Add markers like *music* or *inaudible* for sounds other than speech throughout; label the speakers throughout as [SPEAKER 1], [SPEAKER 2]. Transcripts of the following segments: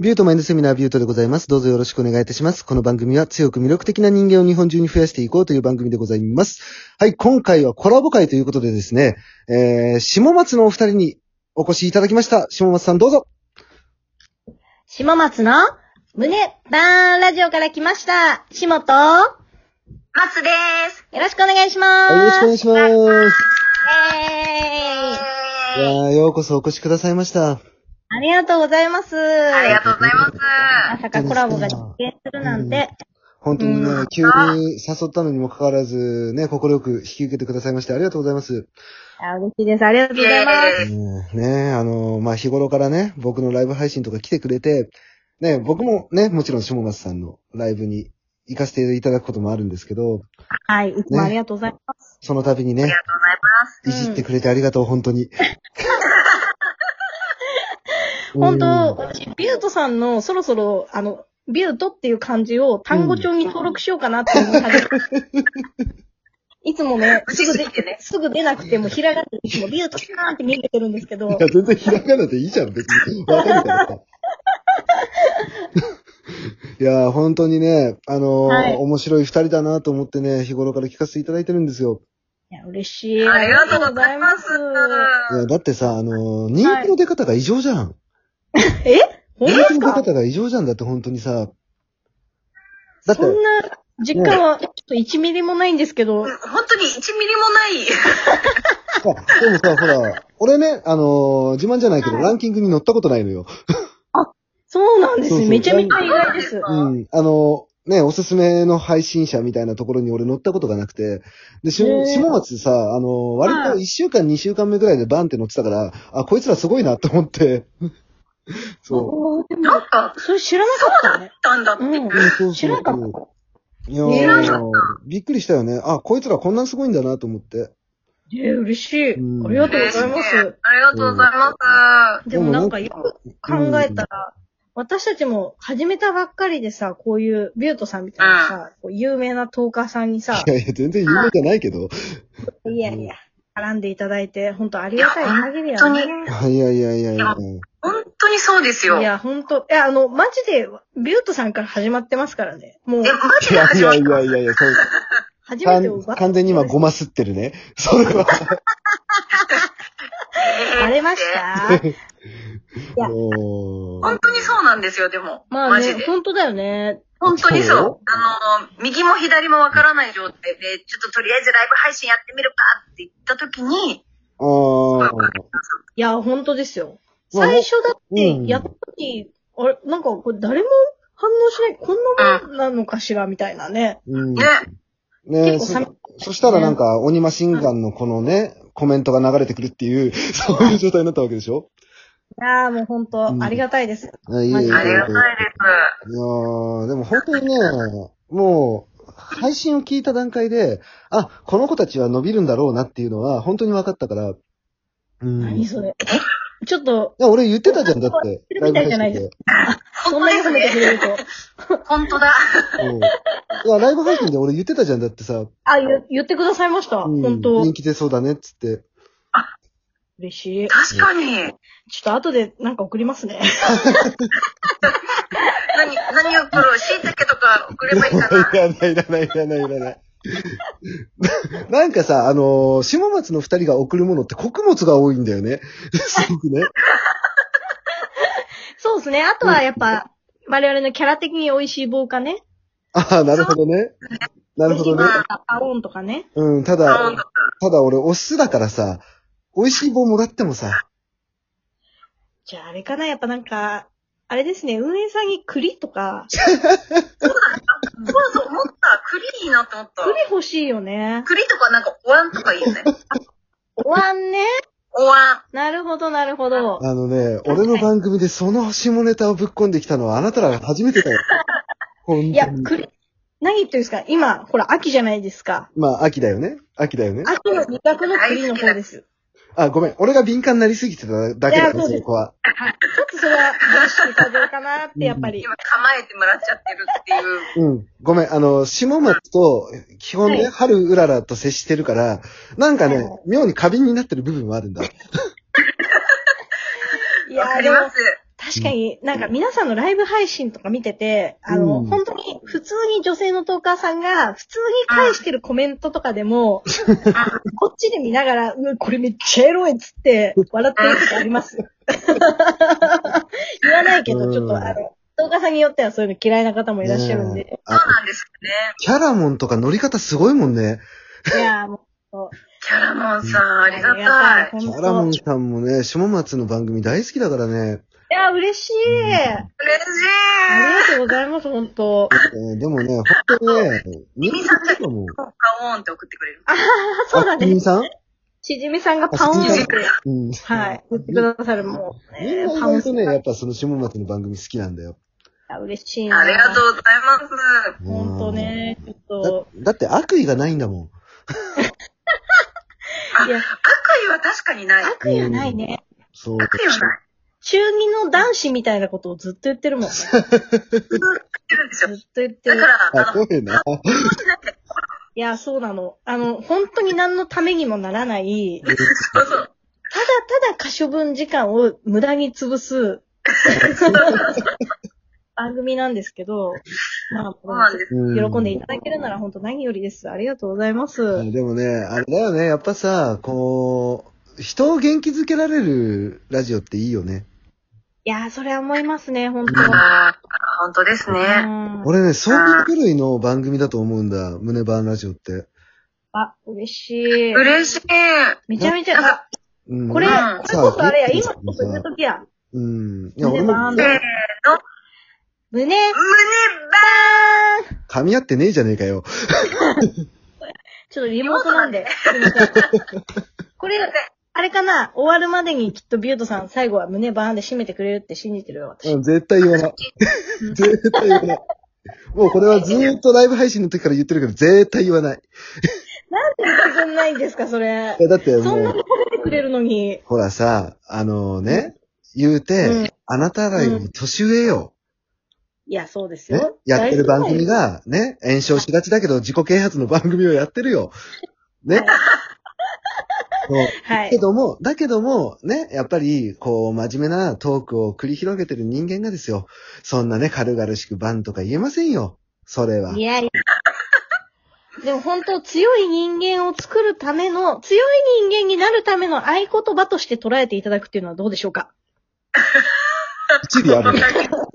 [SPEAKER 1] ビュートマインドセミナービュートでございます。どうぞよろしくお願いいたします。この番組は強く魅力的な人間を日本中に増やしていこうという番組でございます。はい、今回はコラボ会ということでですね、えー、下松のお二人にお越しいただきました。下松さんどうぞ。
[SPEAKER 2] 下松の胸バーンラジオから来ました。下と、
[SPEAKER 3] 松です。
[SPEAKER 2] よろしくお願いします。
[SPEAKER 1] はいよろしくお願いします。
[SPEAKER 2] イェーイ
[SPEAKER 1] いやーようこそお越しくださいました。
[SPEAKER 2] ありがとうございます。
[SPEAKER 3] ありがとうございます。
[SPEAKER 2] まさかコラボが実現するなんて。
[SPEAKER 1] 本当にね、
[SPEAKER 2] う
[SPEAKER 1] 急に誘ったのにもかかわらず、ね、心よく引き受けてくださいましてありがとうございます。
[SPEAKER 2] あ嬉しいです。ありがとうございま
[SPEAKER 3] イェ
[SPEAKER 2] す。
[SPEAKER 3] ーイ
[SPEAKER 1] ねえねえ、あのまあ、日頃からね、僕のライブ配信とか来てくれて、ねえ、僕もね、もちろん下松さんのライブに行かせていただくこともあるんですけど、
[SPEAKER 2] はい、いつもありがとうございます。
[SPEAKER 1] その度に
[SPEAKER 3] あり
[SPEAKER 1] ね
[SPEAKER 3] が、とうございます。
[SPEAKER 1] いじってくれてありがとう、本当に。
[SPEAKER 3] *laughs*
[SPEAKER 2] 本当、
[SPEAKER 1] うん
[SPEAKER 2] 私、ビュートさんのそろそろ、あの、ビュートっていう漢字を単語帳に登録しようかなって思い始めたいつもね、すぐ出てね、すぐ出なくても、ひらがなでいつもビュートさんって見えてるんですけど、
[SPEAKER 1] いや、全然ひらがなでいいじゃん、別に。わかるからさ。いや、本当にね、あのー
[SPEAKER 2] はい
[SPEAKER 1] 面白い二人だなと思ってね、日頃から聞かせていただいてるんですよ。
[SPEAKER 2] いや、嬉しい。
[SPEAKER 3] ありがとうございます。
[SPEAKER 1] いや、だってさ、あのー人気の出方が異常じゃん。
[SPEAKER 2] え本当で
[SPEAKER 1] 人気の出
[SPEAKER 2] すか
[SPEAKER 1] 方が異常じゃんだって、本当にさ。だって
[SPEAKER 2] そ、んな実感はちょっと1ミリもないんですけど、
[SPEAKER 3] 本当に1ミリもない。
[SPEAKER 1] あでもさ、ほら、俺ね、あのー自慢じゃないけど、ランキングに乗ったことないのよ。
[SPEAKER 2] そうなんです
[SPEAKER 1] そうそ
[SPEAKER 2] ね。
[SPEAKER 1] う
[SPEAKER 2] めちゃめちゃ意外です。
[SPEAKER 3] あ
[SPEAKER 1] うん。あのーね、おすすめの配信者みたいなところに俺乗ったことがなくて、で、し
[SPEAKER 2] へー
[SPEAKER 1] 下松さ、あのー割と1週間、2週間目ぐらいでバンって乗ってたから、あ、こいつらすごいなと思って。 *laughs* そ
[SPEAKER 2] おーでも
[SPEAKER 3] なんか、
[SPEAKER 2] それ知らなかったね
[SPEAKER 3] あっ。たんだって。
[SPEAKER 2] うん
[SPEAKER 1] う。うんそうそうそう
[SPEAKER 2] 知らなかった。
[SPEAKER 1] いやー
[SPEAKER 2] 知らなかっ
[SPEAKER 1] びっくりしたよね。あ、こいつらこんなにすごいんだなと思って。
[SPEAKER 2] えー、嬉しい。あ
[SPEAKER 1] うん
[SPEAKER 2] りがとうございます。
[SPEAKER 3] ありがとうございます。
[SPEAKER 2] でもなんか
[SPEAKER 1] で
[SPEAKER 2] よ
[SPEAKER 1] も
[SPEAKER 2] く考えたら、私たちも始めたばっかりでさ、こういうビュートさんみたいなさ、こう有名なトーカーさんにさ
[SPEAKER 1] い、やいや、全然有名じゃないけど。
[SPEAKER 2] いやいや、絡んでいただいて、本当ありがたい限りや
[SPEAKER 3] 本
[SPEAKER 2] ね。
[SPEAKER 1] いやいやいやいや。
[SPEAKER 3] 本当にそうですよ。
[SPEAKER 2] い
[SPEAKER 3] いや、
[SPEAKER 2] や、本当いや、あの、マジで、ビュートさんから始まってますからね。もう、
[SPEAKER 3] マジ
[SPEAKER 1] い
[SPEAKER 3] で
[SPEAKER 1] やい
[SPEAKER 3] 始ま
[SPEAKER 1] や
[SPEAKER 3] っ
[SPEAKER 1] い
[SPEAKER 3] た。
[SPEAKER 1] やいやいや、そう。
[SPEAKER 2] 初めておば
[SPEAKER 1] 完完全に今ごますってるね。それは。
[SPEAKER 2] バレ
[SPEAKER 1] *laughs*
[SPEAKER 2] ましたや
[SPEAKER 1] もう
[SPEAKER 3] 本当にそうなんですよ、でも。
[SPEAKER 2] まあ
[SPEAKER 3] マジ
[SPEAKER 2] ね、
[SPEAKER 3] で。
[SPEAKER 2] 本当だよね。
[SPEAKER 3] 本当にそ
[SPEAKER 1] そう
[SPEAKER 3] う。あの、右も左もわからない状態で、ちょっととりあえずライブ配信やってみるかって言った時に、
[SPEAKER 1] ああ。
[SPEAKER 2] いや、本当ですよ。
[SPEAKER 1] まあ
[SPEAKER 2] 最初だっ
[SPEAKER 1] うん
[SPEAKER 2] て、やった時、あれ、なんか、これ誰も反応しない、こんなもんなのかしら、みたいなね。
[SPEAKER 1] うん。
[SPEAKER 3] ね。
[SPEAKER 1] ね
[SPEAKER 2] 結構
[SPEAKER 1] そ
[SPEAKER 2] 寒い
[SPEAKER 1] そしたらなんか、鬼マシンガンのこのね、コメントが流れてくるっていう、そういう状態になったわけでしょ
[SPEAKER 2] いやーもう本
[SPEAKER 1] うん
[SPEAKER 2] 当、ありがたいです。
[SPEAKER 1] あいえいえいえいや
[SPEAKER 3] ありがたいです。
[SPEAKER 1] ーでも本当にね、もう、配信を聞いた段階で、あ、この子たちは伸びるんだろうなっていうのは、本当に分かったから。うん。
[SPEAKER 2] 何それ。ちょっ *laughs* と、
[SPEAKER 1] いや俺言ってたじゃん、だって。
[SPEAKER 2] *laughs* 言ってるみたいじゃないです
[SPEAKER 1] か。
[SPEAKER 2] そんなに褒めてくれると。
[SPEAKER 3] 本当だ。
[SPEAKER 1] うんいや、ライブ配信で俺言ってたじゃん、だってさ。
[SPEAKER 2] あ、言言ってくださいました。
[SPEAKER 1] うん
[SPEAKER 2] 本当
[SPEAKER 1] 人気出そうだね、っつって。
[SPEAKER 2] 嬉しい。
[SPEAKER 3] 確かに。
[SPEAKER 2] ちょっと後でなんか送りますね。
[SPEAKER 3] 何、何を送ろう椎茸とか送ればいいかな。
[SPEAKER 1] いらない、いらない、いらない、いらない。 *laughs* なんかさ、あのー下松の二人が送るものって穀物が多いんだよね。 *laughs* すごくね。
[SPEAKER 2] *laughs* そうですね。あとはやっぱ、我々のキャラ的に美味しい棒かね。
[SPEAKER 1] ああ、なるほどね。なるほどね
[SPEAKER 2] 美。味しい棒とか、パオンとかね。
[SPEAKER 1] うん、た *laughs*
[SPEAKER 3] あ本
[SPEAKER 1] だ
[SPEAKER 3] 当、
[SPEAKER 1] ただ俺お酢だからさ、美味しい棒もらってもさ、
[SPEAKER 2] じゃああれかなやっぱなんか、あれですね、運営さんに栗とか、
[SPEAKER 3] そうそう、思った。栗いいなって思った。
[SPEAKER 2] 栗欲しいよね。
[SPEAKER 3] 栗とかなんか、おわんとかいいよね。
[SPEAKER 2] おわんね。
[SPEAKER 3] おわん。
[SPEAKER 2] なるほど、なるほど。
[SPEAKER 1] あのね、俺の番組でその下ネタをぶっこんできたのはあなたらが初めて
[SPEAKER 2] *laughs*
[SPEAKER 1] だよ。本当に
[SPEAKER 2] いや、栗、何言ってるんですか今、ほら、秋じゃないですか。
[SPEAKER 1] まあ、秋だよね。秋だよね。
[SPEAKER 2] 秋の味覚の栗の方です。
[SPEAKER 1] あ、ごめん。俺が敏感になりすぎてただけだ
[SPEAKER 2] いや
[SPEAKER 1] ね、
[SPEAKER 2] そう
[SPEAKER 1] そ
[SPEAKER 2] です
[SPEAKER 1] こは。
[SPEAKER 2] はい。ちょっとそれは、どうしていただこうかなって、やっぱり。
[SPEAKER 3] 今構えてもらっちゃってるっていう。
[SPEAKER 1] うん。ごめん。あの、下松と、基本ね、
[SPEAKER 2] はい
[SPEAKER 1] 春うららと接してるから、なんか
[SPEAKER 2] は
[SPEAKER 1] ね
[SPEAKER 2] いはい、
[SPEAKER 1] 妙に過敏になってる部分はあるんだ。
[SPEAKER 2] いや
[SPEAKER 3] わか
[SPEAKER 2] ー
[SPEAKER 3] り
[SPEAKER 2] でも
[SPEAKER 3] ま、す。
[SPEAKER 2] 確かになんか皆さんのライブ配信とか見てて、あの、
[SPEAKER 1] うん
[SPEAKER 2] 本当に普通に女性のトーカーさんが普通に返してるコメントとかでも、こっちで見ながら、うわ、これめっちゃエロいっつって笑ってることあります。 *laughs* 言わないけど、ちょっとあの、トーカーさんによってはそういうの嫌いな方もいらっしゃるんで。
[SPEAKER 1] あ
[SPEAKER 3] なんですよね。
[SPEAKER 1] キャラモンとか乗り方すごいもんね。
[SPEAKER 2] いやーもう、
[SPEAKER 3] キャラモンさん、ありがたい。
[SPEAKER 2] あり
[SPEAKER 1] キ
[SPEAKER 2] がた
[SPEAKER 1] ャ
[SPEAKER 2] い
[SPEAKER 1] ラモ
[SPEAKER 2] 本当
[SPEAKER 1] ン
[SPEAKER 2] い
[SPEAKER 1] さんもね、下松の番組大好きだからね。
[SPEAKER 2] やー、嬉しい。
[SPEAKER 3] 嬉し
[SPEAKER 2] あ
[SPEAKER 3] い。
[SPEAKER 2] りがとうございます、本当。
[SPEAKER 1] えーでもね、本当にね、人気だと思う。
[SPEAKER 3] 効果オンって送ってくれる。
[SPEAKER 2] あははそうだ
[SPEAKER 1] あみ
[SPEAKER 2] ね
[SPEAKER 1] ん。さん
[SPEAKER 2] しじみさんがパオンって、
[SPEAKER 1] うん。
[SPEAKER 2] はい、言ってくださるもう
[SPEAKER 1] みん
[SPEAKER 2] ね
[SPEAKER 1] な、意
[SPEAKER 2] パオ
[SPEAKER 1] 外
[SPEAKER 2] ンさ
[SPEAKER 1] と
[SPEAKER 2] ん
[SPEAKER 1] ね、やっぱその下松の番組好きなんだよ。
[SPEAKER 2] あ嬉しいな。
[SPEAKER 3] ありがとうございます。
[SPEAKER 2] ほんとね、ち
[SPEAKER 1] う
[SPEAKER 2] ょ
[SPEAKER 1] ん。だだって悪意がないんだもん。
[SPEAKER 2] っと、いや、
[SPEAKER 3] 悪意は確かにない。
[SPEAKER 2] 悪意はないね。
[SPEAKER 1] そう。
[SPEAKER 3] 悪意はない。
[SPEAKER 2] 中二の男子みたいなことをずっと言ってるもんね。ずっ
[SPEAKER 3] ずっと言ってるんですよ。
[SPEAKER 2] と言って
[SPEAKER 3] だ
[SPEAKER 2] る
[SPEAKER 3] か。ら、あ
[SPEAKER 1] あ、
[SPEAKER 3] の、
[SPEAKER 1] そうやな。
[SPEAKER 2] いや、そうなの。あの、本当に何のためにもならない、ただ
[SPEAKER 3] そうそう。
[SPEAKER 2] ただ可処分時間を無駄に潰
[SPEAKER 3] *laughs*
[SPEAKER 2] す番組なんですけど、ま
[SPEAKER 3] そうな
[SPEAKER 2] あ
[SPEAKER 3] ん、です。
[SPEAKER 1] う
[SPEAKER 2] 喜んでいただけるなら本当何よりです。ありがとうございます。
[SPEAKER 1] うんでもね、あれだよね、やっぱさ、こう、人を元気づけられるラジオっていいよね。
[SPEAKER 2] いやー、それは思いますね、本当。
[SPEAKER 3] ああ、本当です
[SPEAKER 2] う
[SPEAKER 3] ね。
[SPEAKER 2] ん、
[SPEAKER 1] 俺ね、そういう種類の番組だと思うんだ、胸バーンラジオって。
[SPEAKER 2] あ、嬉しい。
[SPEAKER 3] 嬉しい。
[SPEAKER 2] めちゃめちゃ、
[SPEAKER 3] なん
[SPEAKER 2] あ
[SPEAKER 3] か
[SPEAKER 1] うん
[SPEAKER 2] これ、こ
[SPEAKER 3] うん
[SPEAKER 2] れこそあれや、今こそ言うときや。
[SPEAKER 1] うん。いや、俺も
[SPEAKER 2] 胸バーン
[SPEAKER 3] せー
[SPEAKER 2] だ。
[SPEAKER 3] の、
[SPEAKER 2] 胸バ
[SPEAKER 3] 胸ば
[SPEAKER 2] ーン
[SPEAKER 1] 噛み合ってねえじゃねえかよ。
[SPEAKER 2] ちょっとリモートなんで。すいませんこれ、あれかな終わるまでにきっとビュートさん最後は胸バーンで締めてくれるって信じてるよ、私。
[SPEAKER 1] うん絶対言わ
[SPEAKER 2] *laughs*
[SPEAKER 1] ない。絶対言わない。もうこれはずーっとライブ配信の時から言ってるけど、絶対言わない。
[SPEAKER 2] なんで言ってくんないんですか、それ
[SPEAKER 1] い。やだって
[SPEAKER 2] そんな
[SPEAKER 1] も
[SPEAKER 2] に
[SPEAKER 1] う、
[SPEAKER 2] 褒めてくれるのに。
[SPEAKER 1] ほらさ、あのね、言うて、
[SPEAKER 2] うん
[SPEAKER 1] あなたらより年上よ、
[SPEAKER 2] いや、そうです
[SPEAKER 1] ね
[SPEAKER 2] よ。、
[SPEAKER 1] やってる番組がね、炎症しがちだけど、自己啓発の番組をやってる
[SPEAKER 2] *laughs*
[SPEAKER 1] よ。ね。そう
[SPEAKER 2] はい
[SPEAKER 1] けども、だけども、ね、やっぱり、こう、真面目なトークを繰り広げてる人間がですよ。そんなね、軽々しくバンとか言えませんよ。それは。
[SPEAKER 2] いやいや。でも本当、強い人間を作るための、強い人間になるための合言葉として捉えていただくっていうのはどうでしょうか
[SPEAKER 1] 一理あ
[SPEAKER 2] *laughs*
[SPEAKER 1] る。う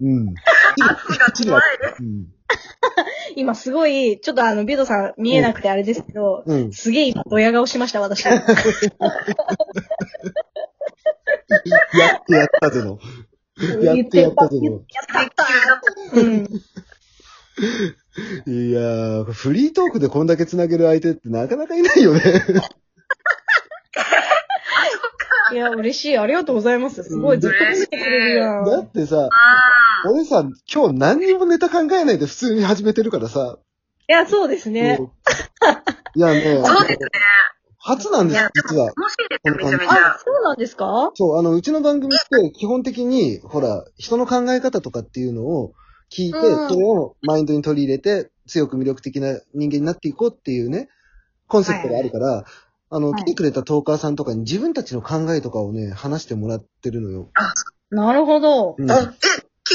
[SPEAKER 1] ん。一理ある。うん。
[SPEAKER 2] 今すごい、ちょっとあの、ビュートさん見えなくてあれですけど、
[SPEAKER 1] うん。
[SPEAKER 2] すげえ今、ドヤ顔しました、私。
[SPEAKER 1] やってやったぜの。やってやったぜの。
[SPEAKER 2] やったったうん。
[SPEAKER 1] いやー、フリートークでこんだけ繋げる相手ってなかなかいないよね。
[SPEAKER 2] いや、嬉しい。ありがとうございます。すごい、ずっと見てくれるや
[SPEAKER 1] だ
[SPEAKER 2] ん。
[SPEAKER 1] ってさ、
[SPEAKER 3] あ
[SPEAKER 1] 俺さ、今日何にもネタ考えないで普通に始めてるからさ。
[SPEAKER 2] いや、そうですね。
[SPEAKER 1] もういや
[SPEAKER 2] *laughs*
[SPEAKER 1] ね、あの
[SPEAKER 3] そうですね。
[SPEAKER 1] 初なんです
[SPEAKER 3] いや
[SPEAKER 1] よ、実は。
[SPEAKER 3] 面白いですよ、めちゃめち
[SPEAKER 2] あ
[SPEAKER 3] ゃ、。
[SPEAKER 2] そうなんですか
[SPEAKER 1] そう、あの、うちの番組って基本的に、ほら、人の考え方とかっていうのを聞いて、
[SPEAKER 2] うん
[SPEAKER 1] それをマインドに取り入れて、強く魅力的な人間になっていこうっていうね、コンセプトがあるから、あの、
[SPEAKER 2] はい
[SPEAKER 1] 来てくれたトーカーさんとかに自分たちの考えとかをね、話してもらってるのよ。
[SPEAKER 2] なるほど。
[SPEAKER 1] うん
[SPEAKER 3] あえ、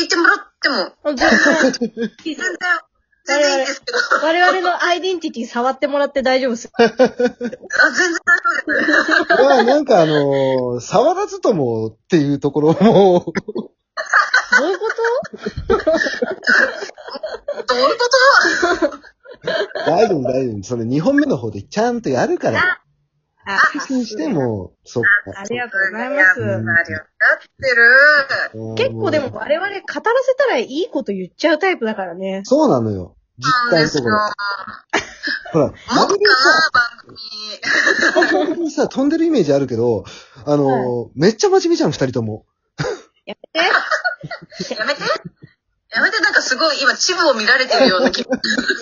[SPEAKER 3] 聞いてもらっても、
[SPEAKER 2] 全然、
[SPEAKER 3] 全然、全然いいんですけど、
[SPEAKER 2] 我々のアイデンティティ触ってもらって大丈夫です。
[SPEAKER 3] あ全然大丈夫です。
[SPEAKER 1] まあ、なんかあのー触らずともっていうところも、
[SPEAKER 2] どういうこと
[SPEAKER 3] どういうこと
[SPEAKER 1] 大丈夫大丈夫。それ2本目の方でちゃんとやるから、
[SPEAKER 2] あ
[SPEAKER 1] 安心しても、そっか
[SPEAKER 2] あ。りがとうございます。
[SPEAKER 1] うん
[SPEAKER 3] なるよ。なってる。
[SPEAKER 2] 結構でも
[SPEAKER 1] うん
[SPEAKER 2] 我々語らせたらいいこと言っちゃうタイプだからね。
[SPEAKER 1] そうなのよ。実
[SPEAKER 3] そう
[SPEAKER 1] 態
[SPEAKER 3] で
[SPEAKER 1] の
[SPEAKER 3] す
[SPEAKER 1] と
[SPEAKER 3] よ
[SPEAKER 1] ころ。ほら、番
[SPEAKER 3] 持つか
[SPEAKER 1] 組
[SPEAKER 3] な、番組。
[SPEAKER 1] さ、番組さ、飛んでるイメージあるけど、あのーめっちゃ真面目じゃん、二人と
[SPEAKER 2] *laughs*
[SPEAKER 1] も。
[SPEAKER 2] やめて。
[SPEAKER 3] やめて。やめて、なんかすごい、今、チブを見られてるような気分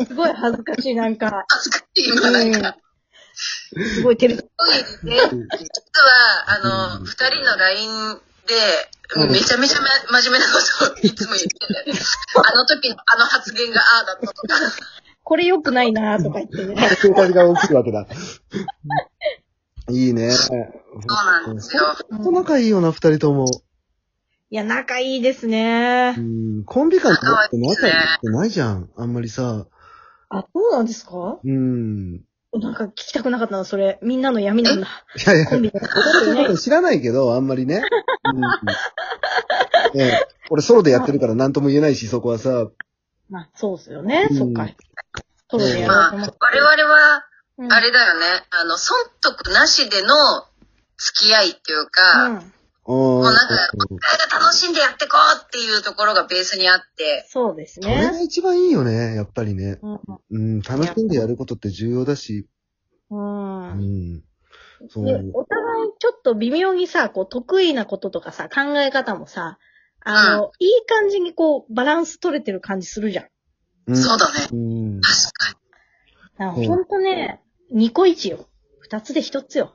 [SPEAKER 2] すごい恥ずかしい、なんか。
[SPEAKER 3] 今、な
[SPEAKER 2] うんん
[SPEAKER 3] か。。
[SPEAKER 2] すごい照れて。
[SPEAKER 3] すごいね。実は、あの、二人の LINE
[SPEAKER 1] うん
[SPEAKER 3] で、めちゃめちゃま真面目なことをいつも言ってて、あの時のあの発言がああだったとか、
[SPEAKER 2] これ良くないなとか言ってね。
[SPEAKER 1] 携帯が起きるわけだ。いいね。そう
[SPEAKER 3] なんですよ
[SPEAKER 1] ほんと仲いいよな、二人とも。
[SPEAKER 2] いや、仲いいですね
[SPEAKER 1] う。ん、コンビ間って仲良くてないじゃん。あんまりさ。
[SPEAKER 2] あ、そうなんですか
[SPEAKER 1] うん。
[SPEAKER 2] なんか聞きたくなかったな、それ。みんなの闇なんだ。
[SPEAKER 1] いやいや、
[SPEAKER 2] *laughs* コンビのことでね。
[SPEAKER 1] 知らないけど、あんまりね。うん、ね俺ソロでやってるから何とも言えないし、そこはさ。
[SPEAKER 2] まあ、そうですよね。
[SPEAKER 1] うん
[SPEAKER 2] そっか。トロでや
[SPEAKER 3] まあ、
[SPEAKER 2] ろうと思っ
[SPEAKER 3] 我
[SPEAKER 2] て
[SPEAKER 3] 々は、
[SPEAKER 2] うん
[SPEAKER 3] あれだよね、あの、損得なしでの付き合いっていうか、
[SPEAKER 2] うん。
[SPEAKER 1] も
[SPEAKER 3] もうなんか、お互いが楽しんでやってこうっていうところがベースにあって、
[SPEAKER 2] そうです
[SPEAKER 1] それ
[SPEAKER 2] ね。
[SPEAKER 1] が一番いいよね、やっぱりね。
[SPEAKER 2] う。
[SPEAKER 1] うん、楽しんでやることって重要だし。うんん。そ
[SPEAKER 2] で
[SPEAKER 1] う。
[SPEAKER 2] お互いちょっと微妙にさ、こう、得意なこととかさ、考え方もさ、あの、いい感じにこう、バランス取れてる感じするじゃん。
[SPEAKER 1] うん、
[SPEAKER 3] そうだね。
[SPEAKER 1] うん。
[SPEAKER 3] 確かに。
[SPEAKER 2] なん
[SPEAKER 1] う
[SPEAKER 2] か
[SPEAKER 1] ん
[SPEAKER 2] ほんとね、二個一よ。二つで一つよ。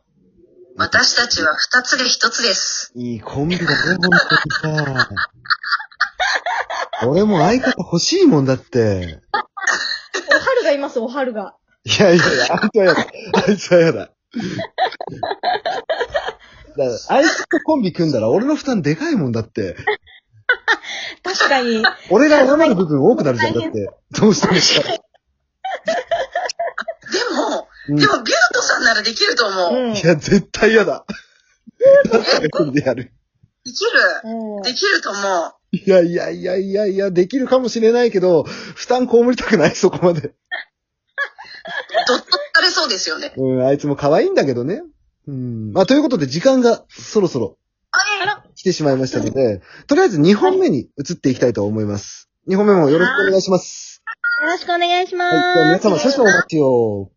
[SPEAKER 3] 私たちは二つで一つです。
[SPEAKER 1] いいコンビだね、本当にさ。俺も相方欲しいもんだって。
[SPEAKER 2] おはるがいます、おはるが。
[SPEAKER 1] いやいやいや、あいつはやだ。あいつはやだ。だから、あいつとコンビ組んだら俺の負担でかいもんだって。
[SPEAKER 2] 確か
[SPEAKER 3] *laughs*
[SPEAKER 2] に。
[SPEAKER 1] 俺が謝る部分多くなるじゃん、だって。どうしてもしたら。
[SPEAKER 3] でも、
[SPEAKER 1] うん
[SPEAKER 3] でも、ビュートさんならできると思う。
[SPEAKER 2] うん。
[SPEAKER 1] いや、絶対嫌だ。だって組んでやる。
[SPEAKER 3] できる。
[SPEAKER 2] うん
[SPEAKER 3] できると思う。
[SPEAKER 1] いやいやいやいやいや、できるかもしれないけど、負担被りたくない、そこまで。
[SPEAKER 3] どっと疲れそうですよね。
[SPEAKER 1] うん、あいつも可愛いんだけどね。うん。まあ、ということで、時間がそろそろ
[SPEAKER 3] あら、
[SPEAKER 1] 来てしまいましたので、とりあえず2本目に移っていきたいと思います。2本目もよろしくお願いします。
[SPEAKER 2] よろしくお願いしま
[SPEAKER 1] はい、じゃあ皆
[SPEAKER 2] す。
[SPEAKER 1] 様、少々お待ちを。